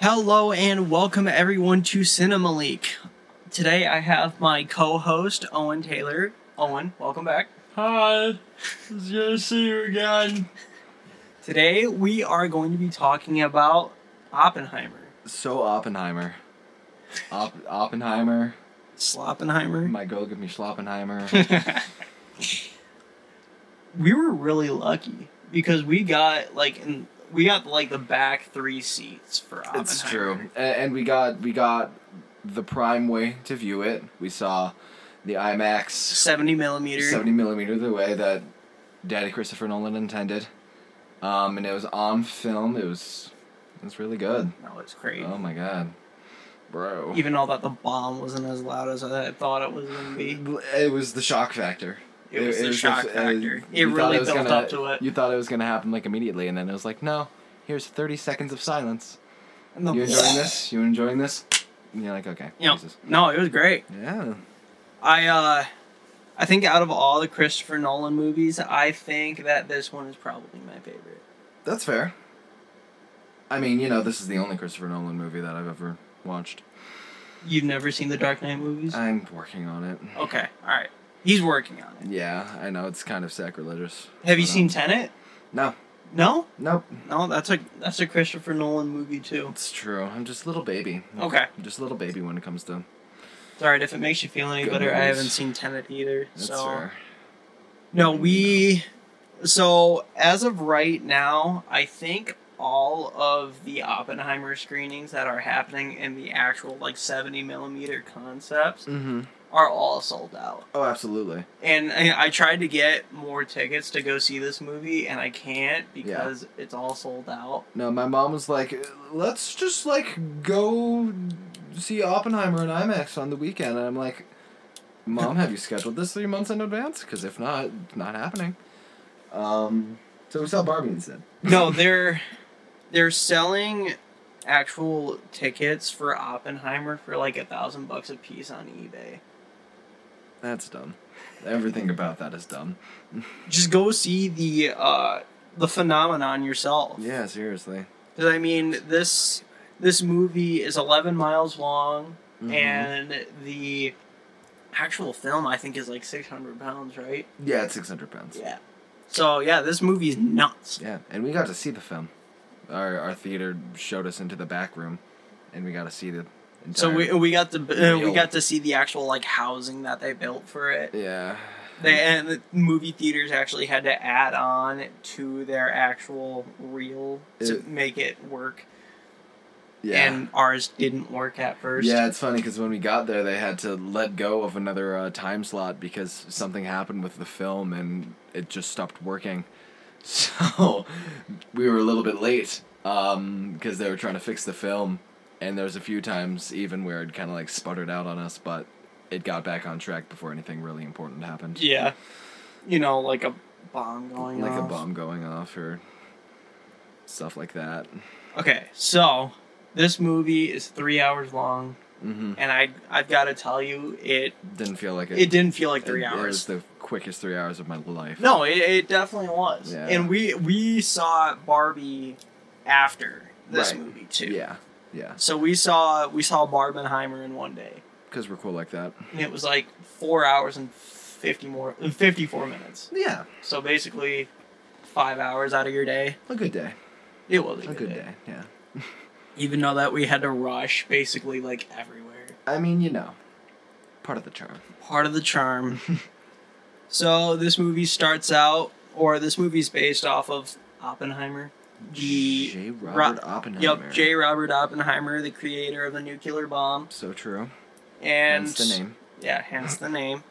Hello and welcome everyone to Cinema Leak. Today I have my co-host Owen Taylor. Owen, welcome back. Hi, it's good to see you again. Today we are going to be talking about Oppenheimer. So Oppenheimer, Op- Oppenheimer, Sloppenheimer. my girl give me Schloppenheimer. we were really lucky because we got like in, we got like the back three seats for Oppenheimer. it's Ah, true, A- and we got we got the prime way to view it. We saw the IMAX Seventy millimeter. seventy millimeter the way that Daddy Christopher Nolan intended, um, and it was on film. It was it was really good. That was crazy. Oh my god, bro! Even though that the bomb wasn't as loud as I thought it was going to be. It was the shock factor. It was the shock just- uh, factor. It you thought really was built gonna- up to it. You thought it was gonna happen like immediately, and then it was like, no. Here's 30 seconds of silence. And the You enjoying this? You enjoying this? And you're like, okay. Yeah. Jesus. No, it was great. Yeah. I uh I think out of all the Christopher Nolan movies, I think that this one is probably my favorite. That's fair. I mean, you know, this is the only Christopher Nolan movie that I've ever watched. You've never seen the Dark Knight movies? I'm working on it. okay, all right. He's working on it. Yeah, I know it's kind of sacrilegious. Have you but, um, seen Tenet? No. No, Nope. no, that's a that's a Christopher Nolan movie too. It's true. I'm just a little baby. Okay, I'm just a little baby when it comes to. it's all right. If it makes you feel any Good better, I movies. haven't seen Tenet either. That's so fair. no, we. So as of right now, I think all of the Oppenheimer screenings that are happening in the actual like seventy millimeter concepts Mm-hmm. are all sold out. Oh, absolutely. And I, I tried to get more tickets to go see this movie, and I can't because it's all sold out. No, my mom was like, "Let's just like go see Oppenheimer in IMAX on the weekend." And I'm like, "Mom, have you scheduled this three months in advance? Because if not, it's not happening." Um, so we saw Barbie instead. No, they're they're selling actual tickets for Oppenheimer for like a thousand bucks a piece on eBay. That's dumb. Everything about that is dumb. Just go see the uh, the phenomenon yourself. Yeah, seriously. Because I mean, this this movie is 11 miles long, Mhm. and the actual film I think is like 600 pounds, right? yeah, it's six hundred pounds. Yeah. So yeah, this movie's nuts. Yeah, and we got to see the film. Our our theater showed us into the back room, and we got to see the. Entire, So we we got to uh, we Real. got to see the actual like housing that they built for it. yeah. They and the movie theaters actually had to add on to their actual reel to It- make it work. yeah. And ours didn't work at first. Yeah, it's funny because when we got there, they had to let go of another uh, time slot because something happened with the film and it just stopped working. So we were a little bit late because they were trying to fix the film, and there was a few times even where it kind of like sputtered out on us, but it got back on track before anything really important happened, Yeah. You know, like a bomb going like a off. bomb going off or stuff like that. Okay, so this movie is three hours long, hmm and I I've got to tell you, it Didn't feel like it. it didn't feel like three it- It hours. was the quickest three hours of my life. No, it, it definitely was. Yeah. And we we saw Barbie after this Right. movie too. Yeah. Yeah. So we saw we saw Barbenheimer in one day, Because we're cool like that. and it was like four hours and fifty more uh, fifty four minutes. Yeah, So basically, five hours out of your day. a good day. It was A good day, yeah. even though that we had to rush basically like everywhere. I mean, you know, part of the charm. part of the charm. so this movie starts out, or this movie's based off of Oppenheimer. The J. Robert Oppenheimer. Yep, J. Robert Oppenheimer, the creator of the nuclear bomb, So true. and Hence the name. Yeah, hence the name.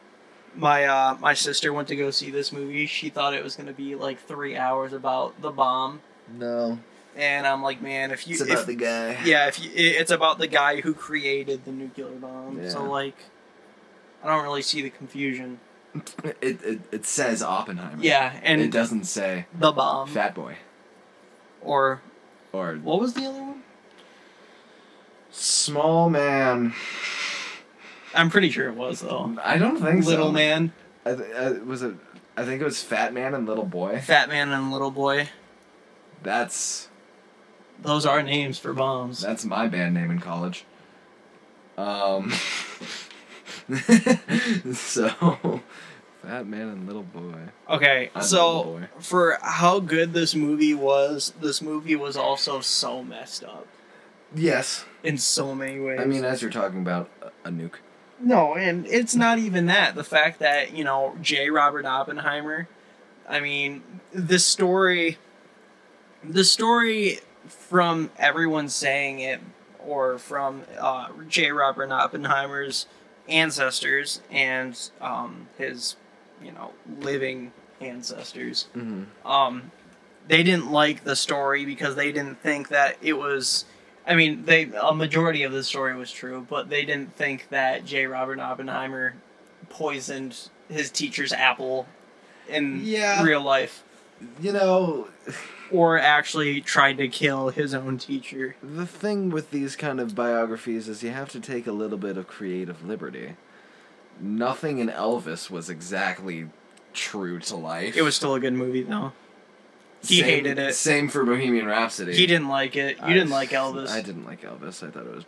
My uh, my sister went to go see this movie. She thought it was gonna be like three hours about the bomb, No, and I'm like, man, if you, if, the guy. yeah, if you, i- it's about the guy who created the nuclear bomb, so Yeah. like, I don't really see the confusion. It, it it says Oppenheimer. Yeah, it and doesn't say the bomb Fat Boy or or what was the other one? Small Man. I'm pretty sure it was though. I don't think Little so. man, I th- I, was it? I think it was Fat Man and Little Boy. fat man, and little boy. That's Those are names for bombs. That's my band name in college. Um. so, Fat Man and Little Boy. Okay, I'm so Little Boy. for how good this movie was, this movie was also so messed up Yes. in so many ways. I mean, as you're talking about a, a nuke. no, and it's not even that. The fact that, you know, J. Robert Oppenheimer, I mean, this story, the story from everyone saying it or from uh, J. Robert Oppenheimer's ancestors and um, his, you know, living ancestors. Mm-hmm. um, they didn't like the story because they didn't think that it was. I mean, they a majority of the story was true, but they didn't think that J. Robert Oppenheimer poisoned his teacher's apple in Yeah. real life, You know, or actually tried to kill his own teacher. the thing with these kind of biographies is you have to take a little bit of creative liberty. Nothing in Elvis was exactly true to life. It was still a good movie, though. he Same- hated it. Same for Bohemian Rhapsody. He didn't like it. You I- didn't like Elvis. I didn't like Elvis. I thought it was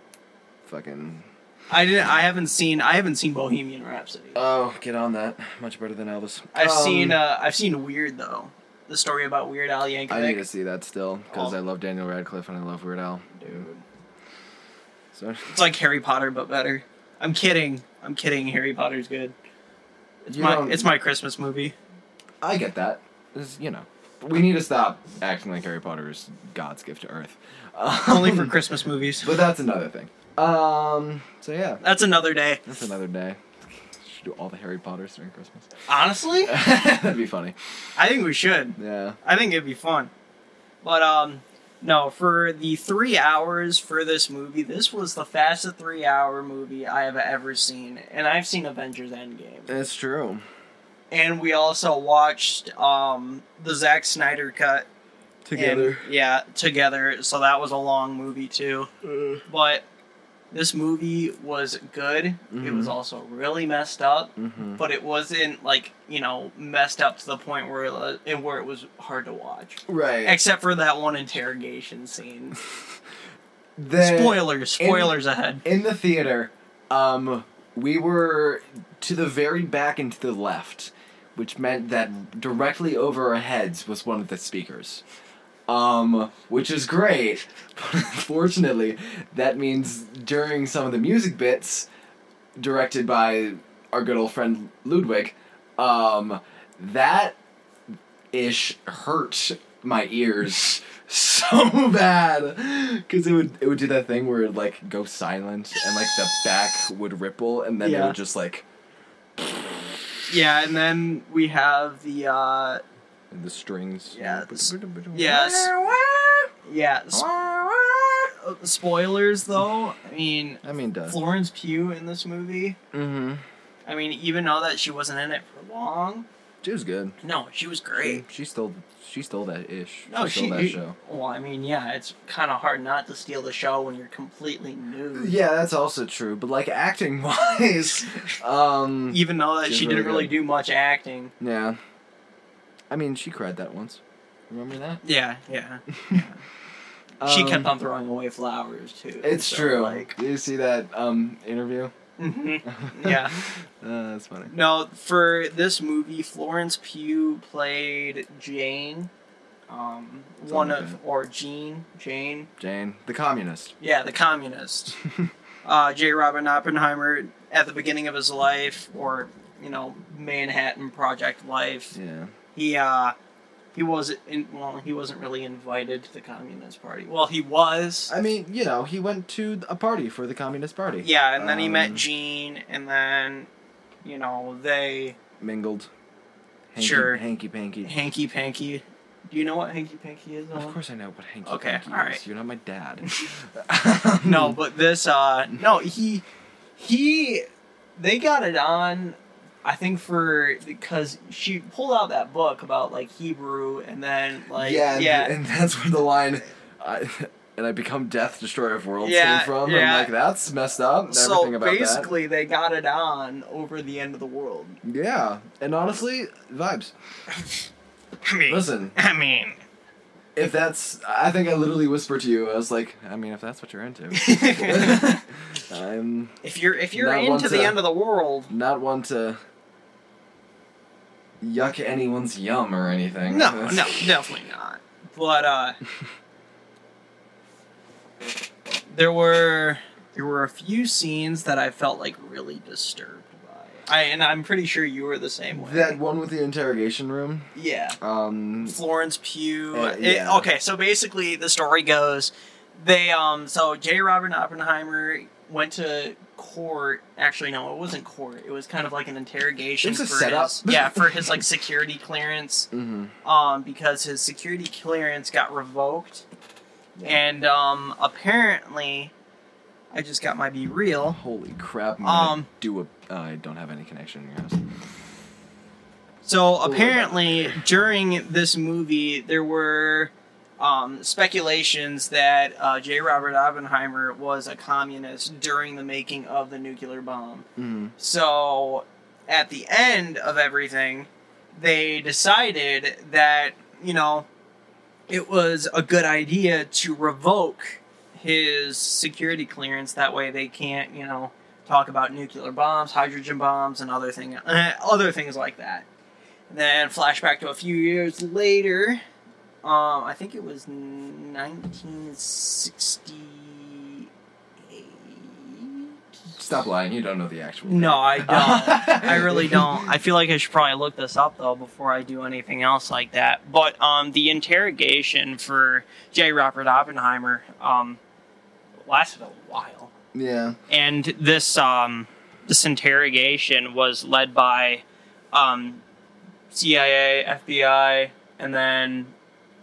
fucking. I didn't. I haven't seen. I haven't seen Bohemian Rhapsody. Oh, get on that. Much better than Elvis. I've Um, seen. Uh, I've seen Weird though. The story about Weird Al Yankovic. I need to see that still because Oh. I love Daniel Radcliffe and I love Weird Al. Dude. So It's like Harry Potter but better. I'm kidding. I'm kidding. Harry Potter's good. It's You my don't- it's my Christmas movie. I get that. It's, you know, we need to stop acting like Harry Potter is God's gift to Earth. Only for Um, Christmas movies. But that's another thing. Um. So yeah, That's another day. that's another day. Should do all the Harry Potters during Christmas. Honestly, That'd be funny. I think we should. Yeah. I think it'd be fun. But um no, for the 3 hours for this movie, this was the fastest 3-hour movie I have ever seen, and I've seen Avengers Endgame. It's true. And we also watched um the Zack Snyder cut and- yeah, together. So that was a long movie too. but this movie was good. It was Mhm. also really messed up, mm-hmm. but it wasn't like you know messed up to the point where it, and where it was hard to watch, Right. except for that one interrogation scene. The- spoilers, spoilers ahead. in the theater, um, we were to the very back and to the left, which meant that directly over our heads was one of the speakers. Um, which is great, but unfortunately, that means during some of the music bits, directed by our good old friend Ludwig, um, that ish hurt my ears so bad because it would it would do that thing where it would, like go silent and like the back would ripple and then it Yeah. would just like Yeah, and then we have the uh the strings Yeah, this- yes. yeah s- I uh, spoilers though. I mean, mean does Florence Pugh in this movie. mm-hmm I mean, even though that she wasn't in it for long, she was good no, she was great. she stole she stole that ish No, she she. stole that show Well, I mean, yeah, it's kind of hard not to steal the show when you're completely new. yeah that's also true but like acting wise um Even though that She's she didn't really really good. do much acting. yeah I mean she cried that once remember that Yeah, yeah. she Um, kept on throwing away flowers too. It's so, true. Like, Did you see that um, interview? hmm yeah. Uh, that's funny. No, for this movie, Florence Pugh played Jane, um, Something one like of that. or Jean, Jane. Jane, the communist. Yeah, the communist. uh, J. Robin Oppenheimer at the beginning of his life, or you know, Manhattan Project life. Yeah. he uh he wasn't in, well he wasn't really invited to the communist party well he was I mean, you know, he went to a party for the communist party. yeah and then he met Um, Jean, and then you know they Mingled. Hanky, Sure. Hanky panky. hanky panky do you know what hanky panky is Of Owen? course I know what hanky Okay, panky alright. is. You're not my dad. Um, no but this uh no he he they got it on i think for because she pulled out that book about like hebrew and then like yeah, yeah and, and that's where the line. I, and I become death destroyer of worlds Yeah, came from. yeah. I'm like, that's messed up. and so everything about that. basically they got it on over the end of the world Yeah. And honestly, vibes. I mean, Listen, I mean, if that's, I think I literally whispered to you. I was like, I mean, if that's what you're into, I'm if you're if you're Not one into the to- end of the world, not one to yuck anyone's yum or anything. no, no, definitely not. But uh, there were there were a few scenes that I felt like really disturbed by. I and I'm pretty sure you were the same way. That one with the interrogation room. yeah. Um, Florence Pugh. Uh, It- yeah. okay, so basically the story goes they um so J. Robert Oppenheimer went to court. Actually, no, it wasn't court. It was kind of like an interrogation. It was a for setup. His, yeah, for his like security clearance, mhm. um, because his security clearance got revoked, Yeah. and um, apparently, I just got my be real. Holy crap! I'm gonna Um, do a. Uh, I don't have any connection in your house. So apparently, during this movie, there were um, speculations that uh, J. Robert Oppenheimer was a communist during the making of the nuclear bomb. Mm-hmm. So at the end of everything, they decided that, you know, it was a good idea to revoke his security clearance. That way they can't, you know, talk about nuclear bombs, hydrogen bombs, and other, thing, eh, other things like that. And then flashback to a few years later. Um, I think it was 1968. Stop lying. You don't know the actual. No, I date. don't. I really don't. I feel like I should probably look this up though before I do anything else like that. But um, the interrogation for J. Robert Oppenheimer um, lasted a while, Yeah. and this um, this interrogation was led by um, CIA, FBI, and then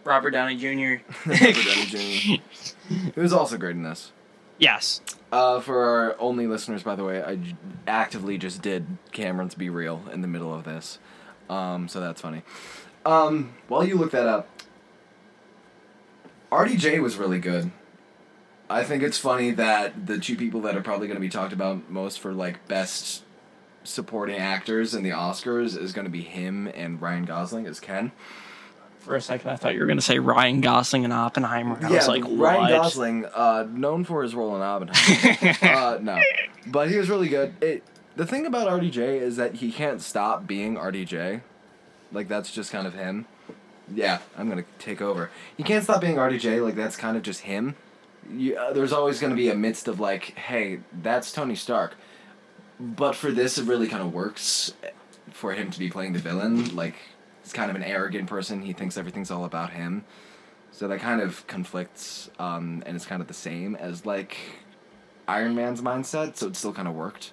Robert Downey Jr. Robert Downey Jr. He was also great in this. yes. Uh, for our only listeners, by the way, I j- actively just did Cameron's Be Real in the middle of this. Um, so that's funny. Um, while you look that up, RDJ was really good. I think it's funny that the two people that are probably going to be talked about most for like best supporting actors in the Oscars is going to be him and Ryan Gosling as Ken. For a second, I thought you were going to say Ryan Gosling and Oppenheimer. I was like, but Ryan what? Gosling, uh, known for his role in Oppenheimer. uh, no, but he was really good. It, the thing about RDJ is that he can't stop being RDJ. Like that's just kind of him. Yeah, I'm gonna take over. He can't stop being RDJ. Like that's kind of just him. You, uh, there's always gonna be a midst of like, hey, that's Tony Stark. But for this, it really kind of works uh, for him to be playing the villain. Like he's kind of an arrogant person. He thinks everything's all about him. So that kind of conflicts, um, and it's kind of the same as like Iron Man's mindset. So it still kind of worked.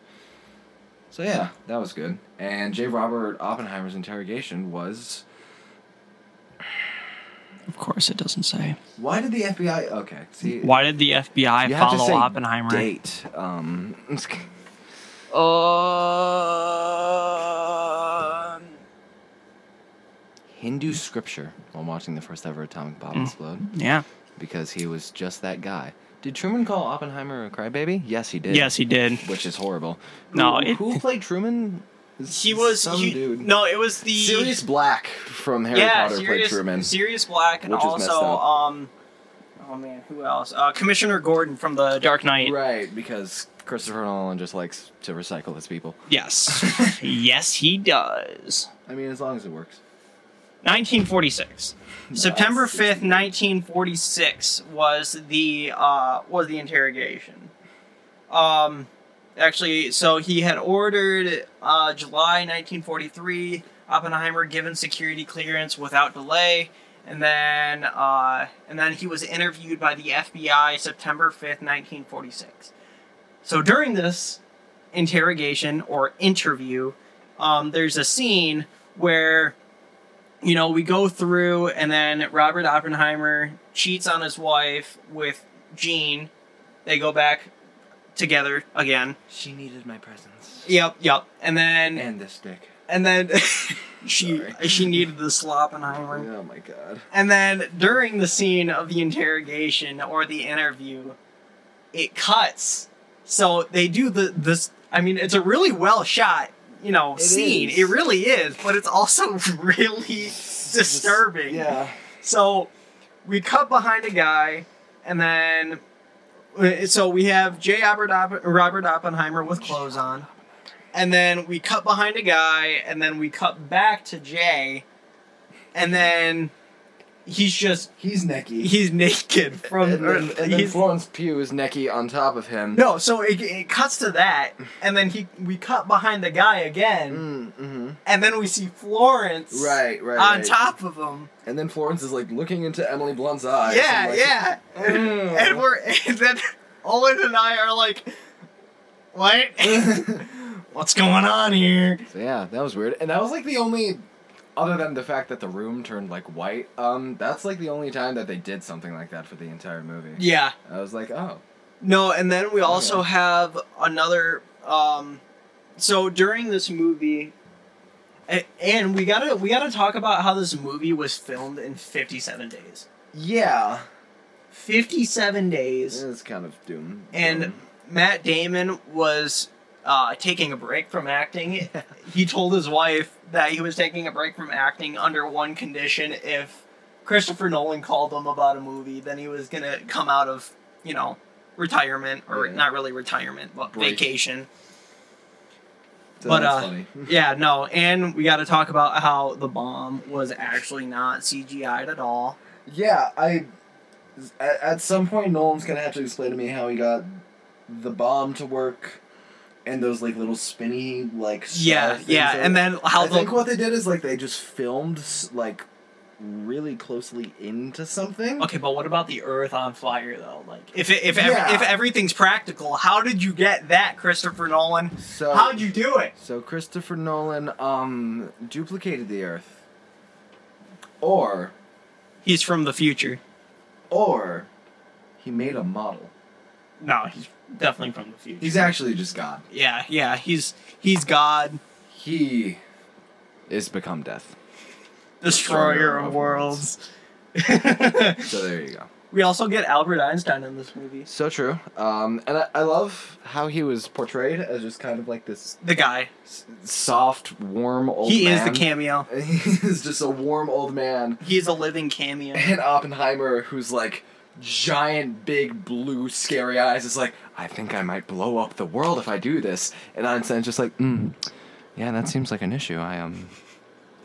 So yeah, that was good. And J. Robert Oppenheimer's interrogation was Of course, it doesn't say. why did the FBI? Okay, see, Why did the FBI you have to follow say Oppenheimer? Date. Um, Um, Hindu scripture while watching the first ever atomic bomb Mm. explode yeah. because he was just that guy. Did Truman call Oppenheimer a crybaby? Yes, he did. Yes, he did. which is horrible. No, who, it- who played Truman? He was some he- dude. No, it was the Sirius Black from Harry yeah, Potter Sirius, played Truman. Sirius Black, and Which is messed also up. um, oh man, who else? Uh, Commissioner Gordon from the Dark Knight. Right, because Christopher Nolan just likes to recycle his people. Yes, yes, he does. I mean, as long as it works. 1946. September 5th, 1946 was the uh, was the interrogation. Um, actually, so he had ordered uh, July 1943 Oppenheimer given security clearance without delay, and then uh, and then he was interviewed by the FBI September 5th, 1946. So during this interrogation or interview, um, there's a scene where you know, we go through, and then Robert Oppenheimer cheats on his wife with Jean. They go back together again. She needed my presence. Yep, yep. And then And this dick. and then she Sorry. she needed the Sloppenheimer. Oh my god. And then during the scene of the interrogation or the interview, it cuts. So they do the this. I mean, it's a really well shot, you know, It scene. is. It really is, but it's also really disturbing. Yeah. So we cut behind a guy, and then uh, so we have J. Robert, Oppen- Robert Oppenheimer with clothes on, and then we cut behind a guy, and then we cut back to Jay, and then he's just He's necky. he's naked from and, then, and then he's- Florence Pugh is necky on top of him. no, so it, it cuts to that, and then he we cut behind the guy again, Mm, mhm. and then we see Florence Right, right. on right. top of him. And then Florence is like looking into Emily Blunt's eyes. yeah, and, like, yeah. And Mm. we're and then Owen and I are like, what? What's going on here? So yeah, that was weird. And that was like the only other than the fact that the room turned like white, um, that's like the only time that they did something like that for the entire movie. Yeah. I was like, oh. No, and then we also Okay. have another. Um, so during this movie, a- and we gotta we gotta talk about how this movie was filmed in fifty seven days. Yeah. Fifty seven days. It's kind of doom. And doom. Matt Damon was uh, taking a break from acting. he told his wife that he was taking a break from acting under one condition if Christopher Nolan called him about a movie, then he was going to come out of, you know, retirement, or Yeah. not really retirement, but Break. vacation. So but, that's uh, funny. Yeah, no, and we got to talk about how the bomb was actually not CGI'd at all. Yeah, I. At, at some point, Nolan's gonna have to explain to me how he got the bomb to work, and those like little spinny like. yeah, yeah, and then how I the think what they did is like they just filmed s- like really closely into something. Okay, but what about the Earth on fire though? Like, if it, if ev- Yeah. if everything's practical, how did you get that, Christopher Nolan? So How'd you do it? so Christopher Nolan um duplicated the Earth, or He's from the future. or he made a model. No, he's definitely from the future. He's actually just God. yeah, yeah, he's he's God, He is become death. destroyer of of worlds. worlds. So there you go. we also get Albert Einstein in this movie. So true. Um, and I, I love how he was portrayed as just kind of like this The guy, s- soft, warm old he is man. the cameo. He is just a warm old man. He's a living cameo. And Oppenheimer, who's like giant, big, blue, scary eyes, is like, I think I might blow up the world if I do this. And Einstein's just like, mm, yeah, that seems like an issue. I um,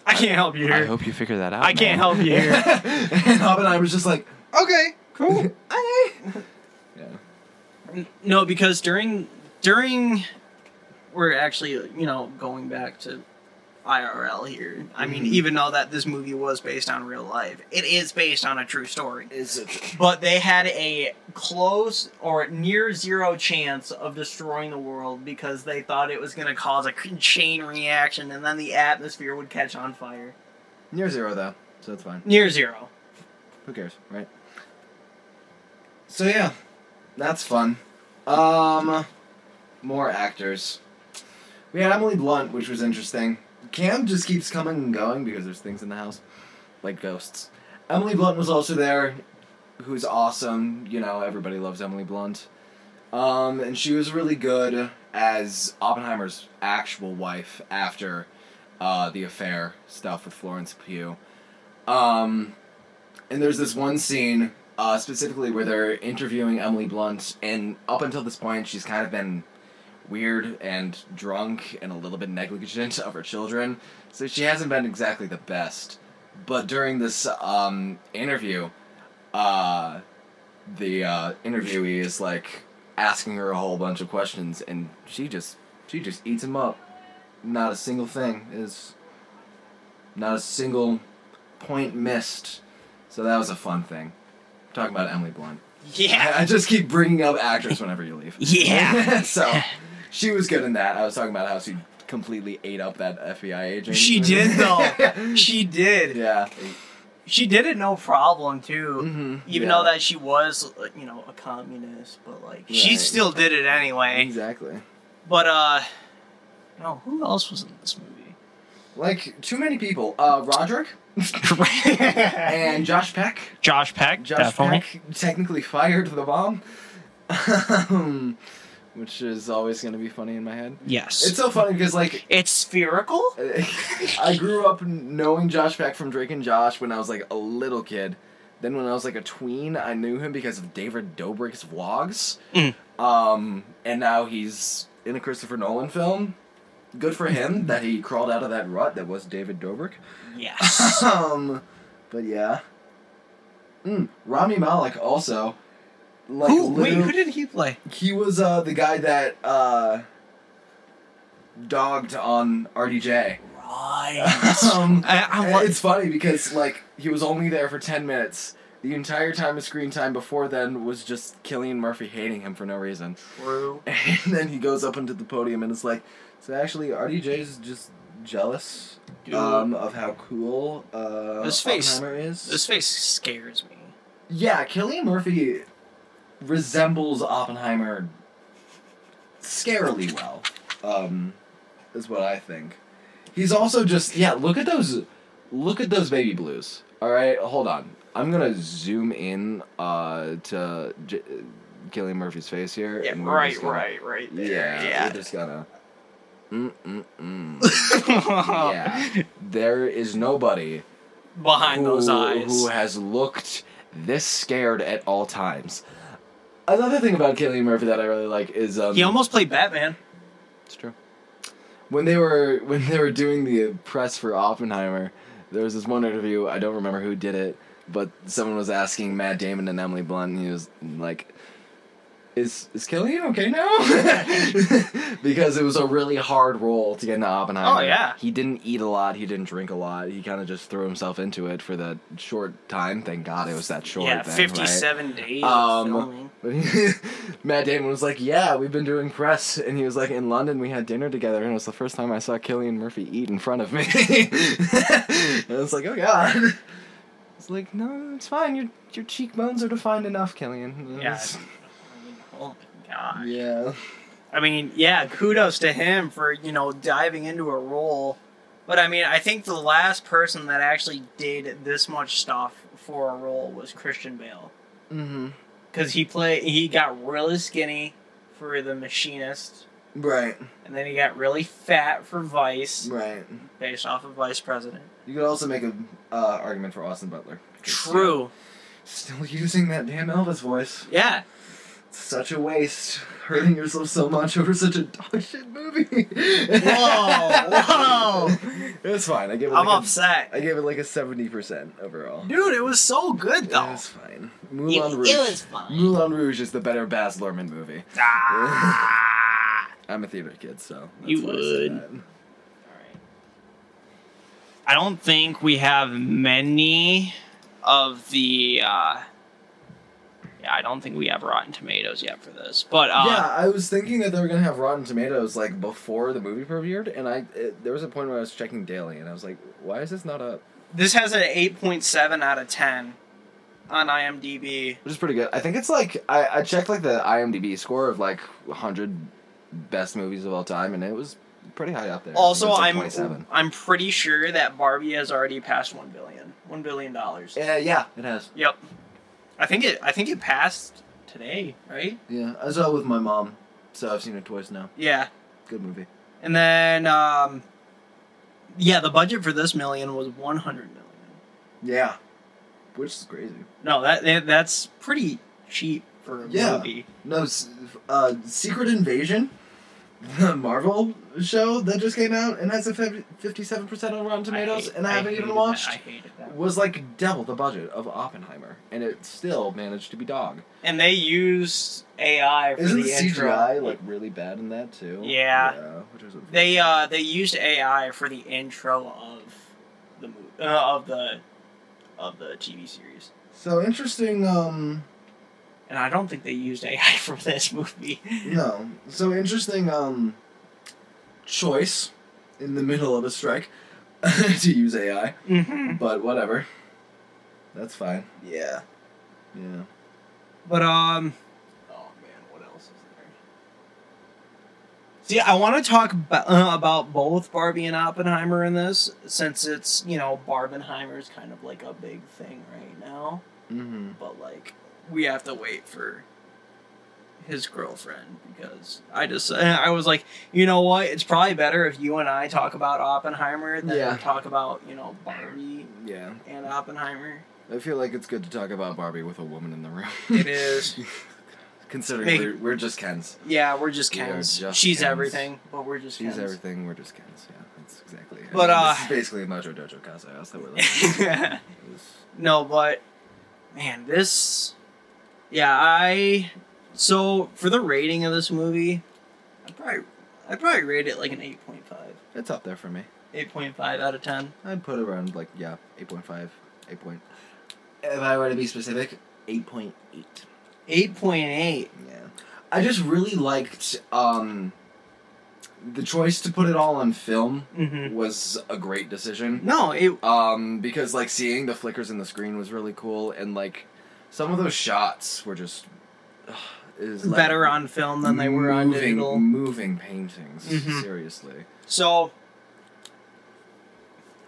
I can't help you I here. hope you figure that out. I can't help you here. you. and Oppenheimer's just like, okay, cool. I. Yeah. N- No, because during during we're actually you know going back to IRL here. I mean, Mhm. even though that this movie was based on real life, it is based on a true story. Is it? But they had a close or near zero chance of destroying the world because they thought it was going to cause a c- chain reaction and then the atmosphere would catch on fire. Near zero, though, so it's fine. Near zero. Who cares, right? So yeah, that's fun. Um, more actors. We had Emily Blunt, which was interesting. Cam just keeps coming and going because there's things in the house, like ghosts. Emily Blunt was also there, who's awesome. You know, everybody loves Emily Blunt. Um, and she was really good as Oppenheimer's actual wife after uh, the affair stuff with Florence Pugh. Um, and there's this one scene uh, specifically where they're interviewing Emily Blunt, and up until this point, she's kind of been weird and drunk and a little bit negligent of her children, so she hasn't been exactly the best. But during this um, interview, uh, the uh, interviewee is like asking her a whole bunch of questions, and she just she just eats him up. Not a single thing is, not a single point missed. So that was a fun thing. Talking about Emily Blunt. Yeah. I, I just keep bringing up actors whenever you leave. Yeah. so she was good in that. I was talking about how she completely ate up that FBI agent. She did, though. She did. yeah. She did it no problem, too. Mhm. even Yeah. though that she was like, you know a communist but like she Right. still did it anyway Exactly. but uh no who else was in this movie Like too many people. Uh, Roderick and Josh Peck. josh peck Josh Peck technically fired the bomb, um, which is always going to be funny in my head. yes It's it's, so funny because like spherical I grew up knowing Josh Peck from Drake and Josh when I was like a little kid. Then when I was like a tween, I knew him because of David Dobrik's vlogs. Mm. Um, and now he's in a Christopher Nolan film. Good for him that he crawled out of that rut that was David Dobrik. Yes. Um, but yeah. Mm, Rami Malek also. Like, who? Wait, literally- who did he play? he was uh, the guy that uh, dogged on RDJ. Right. um, I, I want. it's funny because like he was only there for ten minutes. The entire time of screen time before then was just Killian Murphy hating him for no reason. true. And then he goes up into the podium and is like, "So actually, RDJ is just jealous Dude. um, of how cool uh, His face- Oppenheimer is." This face scares me. Yeah, Killian Murphy resembles Oppenheimer scarily well. Um, is what I think. He's also just yeah. Look at those, look at those baby blues. All right, hold on. I'm gonna zoom in uh, to J- Killian Murphy's face here. Yeah. and we're Right. just gonna- Right. Right. There. Yeah, Yeah. We're just gonna. Mm mm mm. Yeah. There is nobody Behind those who- eyes. Who has looked this scared at all times. Another thing about Killian Murphy that I really like is um, he almost played Batman. it's true. When they were when they were doing the press for Oppenheimer, there was this one interview. I don't remember who did it, but someone was asking Matt Damon and Emily Blunt, and he was like, "Is is Killian okay now?" because it was a really hard role to get into Oppenheimer. Oh, yeah. He didn't eat a lot. He didn't drink a lot. He kind of just threw himself into it for that short time. Thank God it was that short. Yeah. thing, right? Fifty-seven days. Um, of filming. Matt Damon was like, "Yeah, we've been doing press," and he was like, "In London, we had dinner together, and it was the first time I saw Killian Murphy eat in front of me." and it's like, "Oh God." It's like, no, it's fine. Your your cheekbones are defined enough, Killian. Yeah. It's- I mean, oh my god. yeah. I mean, yeah, kudos to him for, you know, diving into a role. But I mean, I think the last person that actually did this much stuff for a role was Christian Bale Mm-hmm. cuz he play he got really skinny for The Machinist Right. and then he got really fat for Vice Right. based off of Vice President. You could also make an uh, argument for Austin Butler. True. Still using that damn Elvis voice. Yeah. Such a waste. Hurting yourself so much over such a dog shit movie. Whoa, whoa. It's fine. I gave it I'm like A, upset. I gave it like a seventy percent overall. Dude, it was so good It though. was fine. Moulin Rouge. fun. Moulin Rouge is the better Baz Luhrmann movie. Ah. I'm a theater kid, so that's You why I said would. that. Alright. I don't think we have many of the. Uh, yeah, I don't think we have Rotten Tomatoes yet for this, but uh, yeah, I was thinking that they were gonna have Rotten Tomatoes like before the movie premiered, and I it, there was a point where I was checking daily, and I was like, why is this not up? this has an eight point seven out of ten on IMDb. which is pretty good. I think it's like I, I checked like the IMDb score of like 100 best movies of all time, and it was pretty high up there. I think Also, it's, like, I'm I'm pretty sure that Barbie has already passed one billion. One billion dollars. Yeah, yeah, it has. Yep. I think it. I think it passed today, right? Yeah, I saw it with my mom, so I've seen it twice now. Yeah. Good movie. And then, um, yeah, the budget for this million was one hundred million. Yeah, which is crazy. No, that that- that's pretty cheap for a Yeah. movie. No, s- uh, Secret Invasion, the Marvel show that just came out and has a fif- 57% on Rotten Tomatoes, I hate- and I, haven't hated even that. watched. I hated that. was like double the budget of Oppenheimer, and it still managed to be dog. And they used AI for Isn't the intro. CGI like really bad in that too? Yeah. which is They uh they used AI for the intro of the movie, uh, of the of the TV series. so interesting. Um, And I don't think they used AI for this movie. no, so interesting. Um, choice in the middle of a strike to use AI, hmm but whatever. That's fine. Yeah. Yeah. But um oh man, what else is there? See, I want to talk about, uh, about both Barbie and Oppenheimer in this since it's, you know, Barbenheimer's kind of like a big thing right now, Mm-hmm. but like we have to wait for his girlfriend because I just uh, I was like, you know what? It's probably better if you and I talk about Oppenheimer than Yeah. talk about, you know, Barbie Yeah. and Oppenheimer. I feel like it's good to talk about Barbie with a woman in the room. It is. Considering Make- we're, we're just Kens. Yeah, we're just We are Kens. just She's Kens. everything, but we're just She's Kens. everything, we're just Kens. Yeah, that's exactly it. But, I mean, this uh, is basically a Mojo Dojo Casa house that we're living in. It was- no, but man, this. Yeah, I. So for the rating of this movie, I would probably I would probably rate it like an 8.5. It's up there for me. 8.5 out of 10. I'd put around like yeah, 8.5, 8 point. If I were to be specific, 8.8. 8.8. Yeah. I just really liked um the choice to put it all on film Mm-hmm. was a great decision. No, it. Um because like seeing the flickers in the screen was really cool and like some of those shots were just ugh, is like, better on film than they were on moving- digital. Moving paintings, Mhm. seriously. So,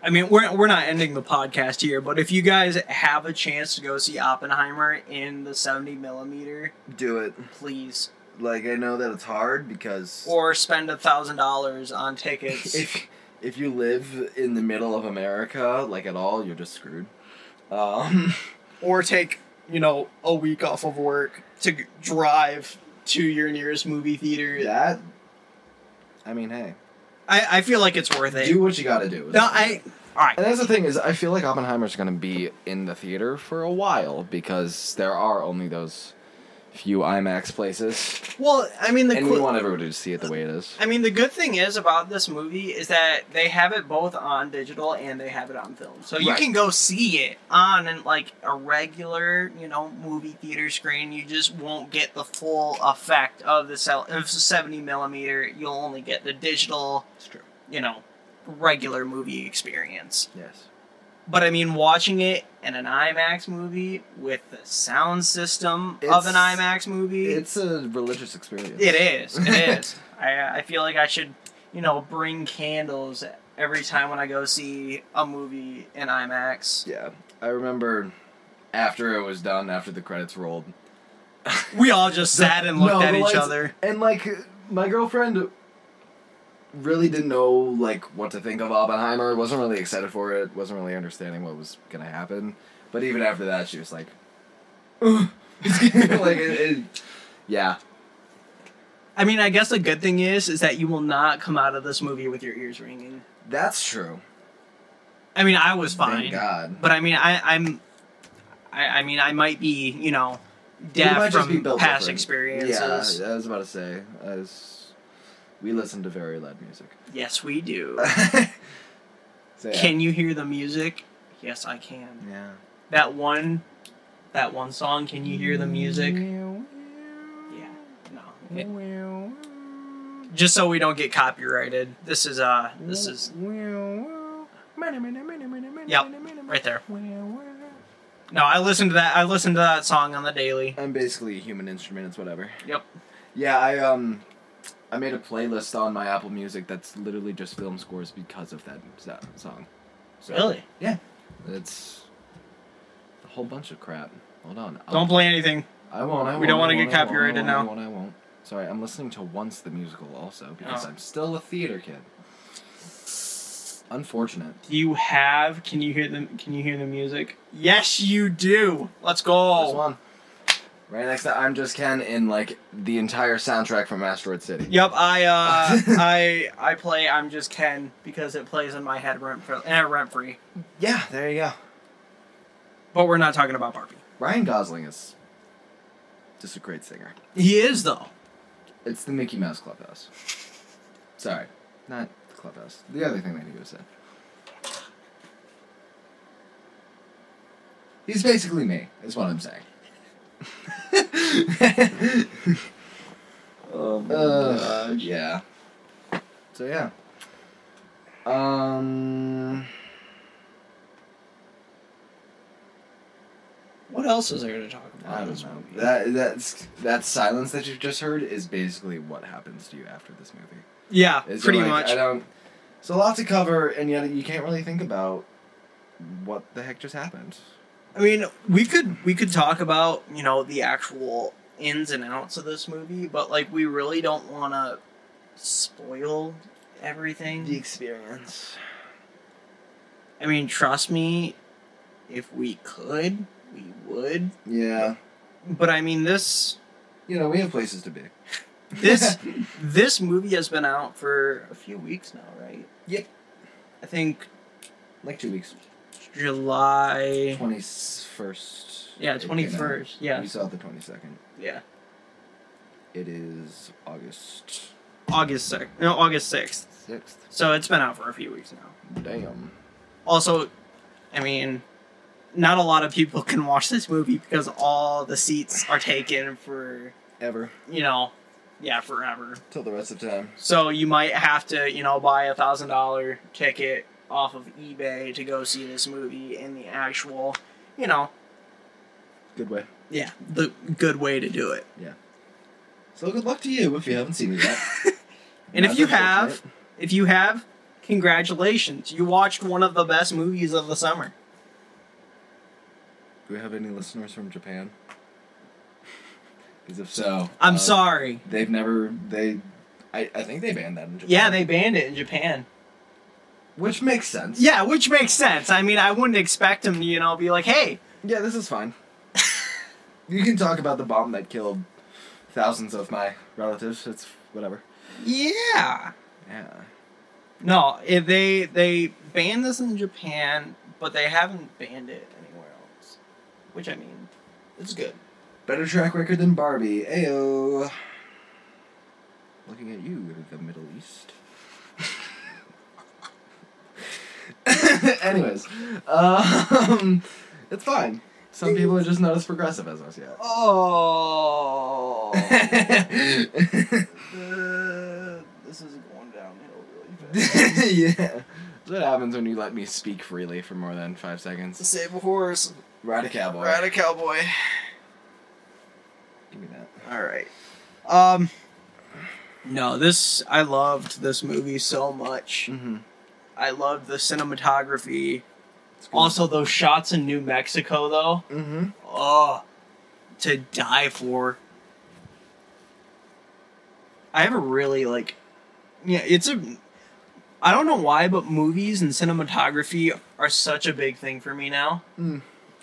I mean, we're we're not ending the podcast here, but if you guys have a chance to go see Oppenheimer in the seventy millimeter, Do it. please, Like I know that it's hard because or spend a thousand dollars on tickets. if if you live in the middle of America, like at all, you're just screwed. Um, or take you know a week off of work to g- drive to your nearest movie theater. that, I mean, hey, I I feel like it's worth it. do what you got to do. no, I all right. And that's the thing is, I feel like Oppenheimer's going to be in the theater for a while because there are only those few IMAX places, Well, I mean the and we cool- want everybody to see it the way it is. I mean the good thing is about this movie is that they have it both on digital and they have it on film. So you Right. can go see it on an, like a regular, you know, movie theater screen. You just won't get the full effect of the cell of 70 millimeter. You'll only get the digital, It's true. you know, regular movie experience. Yes. But I mean watching it in an IMAX movie with the sound system of It's- an IMAX movie. It's a religious experience. It is. It is. I I feel like I should, you know, bring candles every time when I go see a movie in IMAX. Yeah, I remember after it was done, after the credits rolled, We all just sat and looked No, at the each lights- other. And like my girlfriend really didn't know like what to think of Oppenheimer. wasn't really excited for it. wasn't really understanding what was gonna happen. But even after that, she was like, "Ugh." like it, it- yeah, I mean, I guess the good thing is is that you will not come out of this movie with your ears ringing. that's true. I mean, I was fine, Thank God. but I mean, I I'm, I, I mean, I might be, you know, We might deaf just be from built past different. experiences. Yeah, I was about to say, I was, we listen to very loud music. Yes, we do. so, yeah. Can you hear the music? Yes, I can. yeah. that one that one song can you hear the music yeah no It- just so we don't get copyrighted this is uh this is Yep. right there no i listened to that i listened to that song on the daily I'm basically a human instrument. It's whatever. Yep. Yeah, I um, I made a playlist on my Apple Music that's literally just film scores because of that so- song. So really It's a whole bunch of crap. Hold on. I'll- don't play anything I won't. I won't We don't I wanna won't, get I won't, I copyrighted won't, I now. won't, I won't. Sorry, I'm listening to Once the Musical also because Oh. I'm still a theater kid. Unfortunate. do you have can you hear the can you hear the music yes you do let's There's go one. Oh. Right next to I'm Just Ken in like the entire soundtrack from Asteroid City. Yep, I uh, I I play I'm just Ken because it plays in my head rent free, eh, rent free. Yeah, there you go. But we're not talking about Barbie. Ryan Gosling is just a great singer. He is though. It's the Mickey Mouse Clubhouse. Sorry, not the Clubhouse. The other thing that he was in. He's basically me, is what I'm saying. Oh my Uh, yeah. So yeah. Um. What else is there to talk about? I in don't this know. movie? Um, That that's that silence that you've just heard is basically what happens to you after this movie. yeah, Is pretty like, much. I don't. So a lot to cover, and yet you can't really think about what the heck just happened. I mean, we could we could talk about you know the actual ins and outs of this movie, but like we really don't want to spoil everything. experience. I mean, trust me, if we could, we would. Yeah. But I mean this You know, we have places to be. this this movie has been out for a few weeks now, right? Yep. I think like two weeks. July 21st. Yeah, It came out. twenty first. Yeah. We saw it the 22nd. Yeah. It is August August sixth no, August sixth. 6th. So it's been out for a few weeks now. Damn. Also, I mean, not a lot of people can watch this movie because all the seats are taken for, Ever. you know, yeah, forever. Till the rest of time. So you might have to, you know, buy a thousand dollar ticket off of eBay to go see this movie in the actual, you know, Good way. yeah, the good way to do it. So good luck to you if you haven't seen it yet. And if That's you have, unfortunate. if you have, congratulations, you watched one of the best movies of the summer. Do we have any listeners from Japan? Because if so. I'm uh, sorry. They've never. They. I, I think they banned that in Japan. Yeah, they banned it in Japan. Which makes sense. Yeah, which makes sense. I mean, I wouldn't expect him to, you know, be like, hey, Yeah, this is fine. you can talk about the bomb that killed thousands of my relatives. It's whatever. yeah. Yeah. No, if they they banned this in Japan, but they haven't banned it anywhere else. Which I mean, it's good. Better track record than Barbie. Ayo. Looking at you, the Middle East. Anyways, um, it's fine. Some people are just not as progressive as us yet. Oh, this is going downhill really yeah. That's what happens when you let me speak freely for more than five seconds. Save a horse, Ride a cowboy. a cowboy. Give me that. All right. Um. No, this I loved this movie so much. Mm-hmm. I loved the cinematography. Also, those shots in New Mexico, though, Mm-hmm. oh, to die for. I have a really like, yeah, it's a. I don't know why, but movies and cinematography are such a big thing for me now.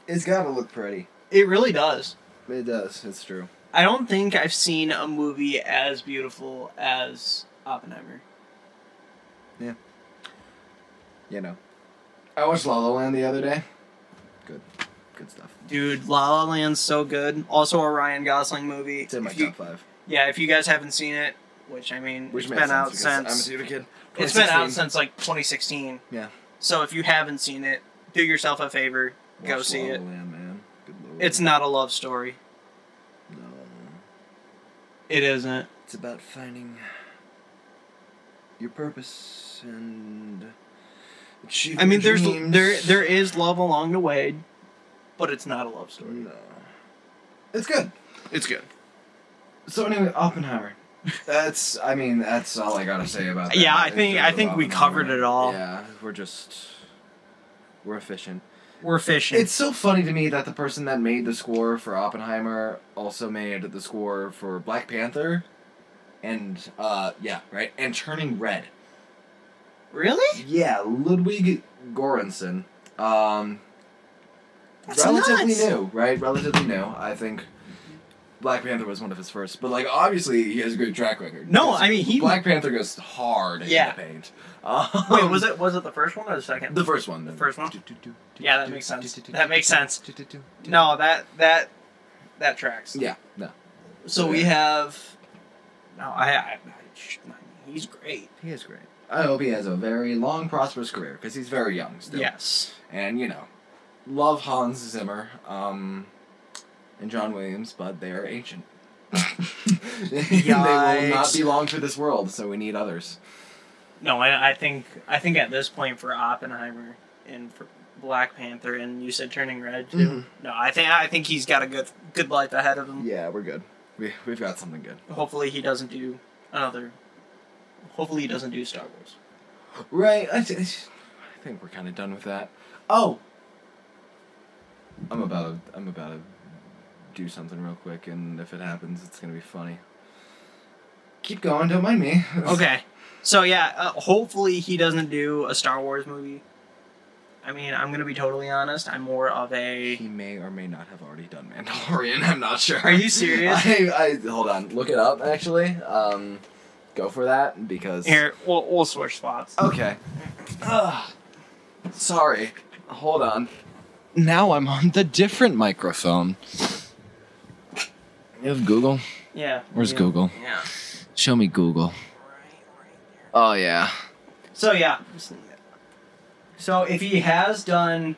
It's gotta look pretty. It really does. It does. It's true. I don't think I've seen a movie as beautiful as Oppenheimer. You know. I watched La La Land the other day. Good. Good stuff. Dude, La La Land's so good. Also a Ryan Gosling movie. It's in my If you- top five. Yeah, if you guys haven't seen it, which I mean, Which it's makes been sense out because since I'm a theater kid. it's been out 2016. since like 2016. Yeah. So if you haven't seen it, do yourself a favor, go Watched see La La it. Land, man. Good lord. It's not a love story. no. It isn't. It's about finding your purpose and achieving I mean, there's dreams. there there is love along the way, but it's not a love story. No. It's good. Mm, It's good. So anyway, Oppenheimer. That's I mean that's all I gotta say about that. Yeah, I in think- terms I of think we Oppenheimer. covered it all. Yeah, we're just we're efficient. We're fishing. It's so funny to me that the person that made the score for Oppenheimer also made the score for Black Panther, and uh yeah right and Turning Red. really Yeah, Ludwig Göransson. Um, That's relatively nuts. new, right? Relatively new. I think Black Panther was one of his first, but like obviously he has a good track record. no. Because I mean, he Black Panther goes hard Yeah. in the paint. Um, wait. Was it was it the first one or the second? the first one? The first one? Yeah, that makes sense. That makes sense. No. No, that that that tracks. Yeah. No. So we have. No, I. I, I sh- he's great. He is great. I hope he has a very long, prosperous career because he's very young still. Yes. and you know, love Hans Zimmer um, and John Williams, but they are ancient. they will not Yikes. belong to this world, so we need others. No, I, I think I think at this point for Oppenheimer and for Black Panther and you said Turning Red too. Mm-hmm. No, I think I think he's got a good good life ahead of him. Yeah, we're good. We we've got something good. Hopefully he doesn't do another. Hopefully he doesn't do Star Wars. Right. I, thi- I think we're kind of done with that. Oh, I'm about to, I'm about to do something real quick, and if it happens, it's gonna be funny. Keep going. Don't mind me. Okay. So yeah, uh, hopefully he doesn't do a Star Wars movie. I mean, I'm gonna be totally honest. I'm more of a. He may or may not have already done Mandalorian. I'm not sure. Are you serious? I, I hold on. Look it up. Actually, um, go for that because Here, we'll we'll switch spots. Okay. Ugh. sorry. Hold on. Now I'm on the different microphone. You have Google. Yeah. Where's yeah. Google? Yeah. Right, Show me Google. right there. Oh yeah. So yeah. So if he has done,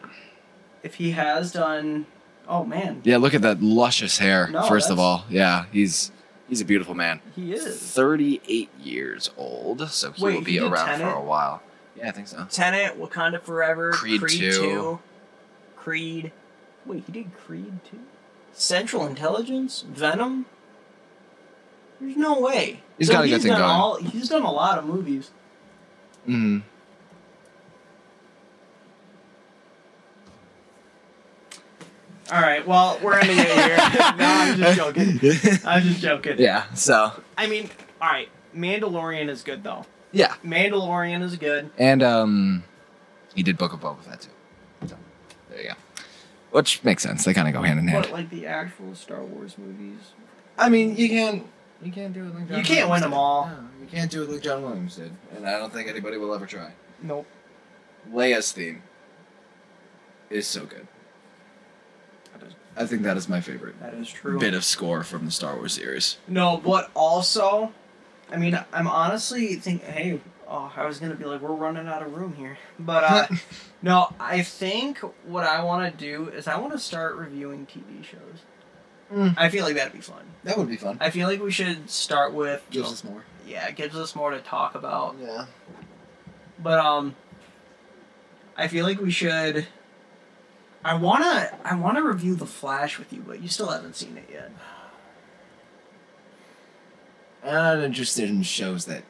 if he has done, oh man, Yeah. Look at that luscious hair. No, first of that's- all, yeah. He's he's a beautiful man. he is. 38 years old, so he Wait, will he be did around Tenet? for a while. Yeah, I think so. Tenet, Wakanda Forever, Creed Creed, 2. 2. Creed. Wait, he did Creed 2? Central Intelligence, Venom. There's no way. He's So got a good thing done going. All, he's done a lot of movies. Mm. All right, well, we're ending it here. no, I'm just joking. I'm just joking. yeah, so I mean, all right, Mandalorian is good though. yeah, Mandalorian is good. and um, he did Book of Boba Fett too. So there you go. Which makes sense. They kind of go hand in hand. But like the actual Star Wars movies, I mean, you can't you can't do it like You can't win did. them all. No, you can't do it like John Williams did, and I don't think anybody will ever try. nope. Leia's theme is so good. That is- I think that is my favorite That is true. bit of score from the Star Wars series. No, but also, I mean, I'm honestly thinking, hey, oh, I was gonna be like, we're running out of room here, but uh, no, I think what I want to do is I want to start reviewing TV shows. Mm. I feel like that'd be fun. That would be fun. I feel like we should start with Gives us more. yeah, it gives us more to talk about. Yeah. But um, I feel like we should. I wanna I wanna review The Flash with you, but you still haven't seen it yet. I'm not interested in shows that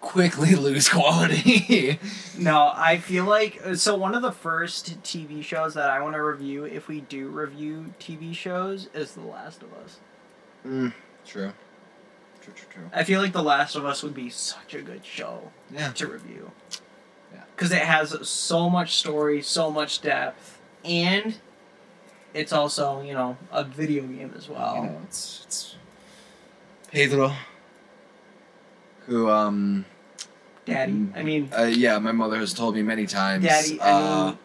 quickly lose quality. No, I feel like uh, so one of the first TV shows that I want to review, if we do review TV shows, is The Last of Us. Hmm. True. True, true, true. I feel like The Last of Us would be such a good show Yeah. to review. Yeah. Cuz it has so much story, so much depth, and it's also, you know, a video game as well. You know, it's, it's Pedro. Who, um, Daddy. I mean, uh, yeah, my mother has told me many times. Daddy, I uh, mean,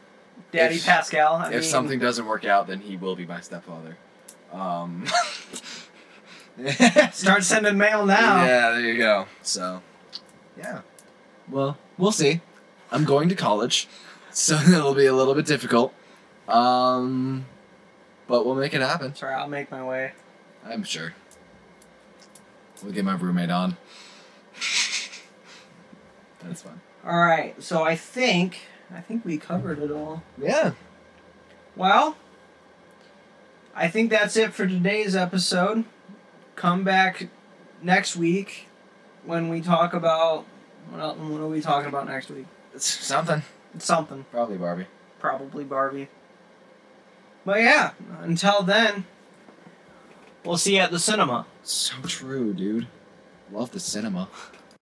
Daddy if- Pascal. I if mean, something doesn't work out, then he will be my stepfather. Um. start sending mail now. Yeah, there you go. So, yeah. Well, we'll see. I'm going to college, so it'll be a little bit difficult. Um, but we'll make it happen. Sorry, I'll make my way. I'm sure. We'll get my roommate on. That's fun. All right. So I think I think we covered it all. Yeah. Well, I think that's it for today's episode. Come back next week when we talk about what, el- what are we talking about next week? It's something. It's something, Probably Barbie. probably Barbie. But yeah, until then, we'll see you at the cinema. So true, dude. Love the cinema.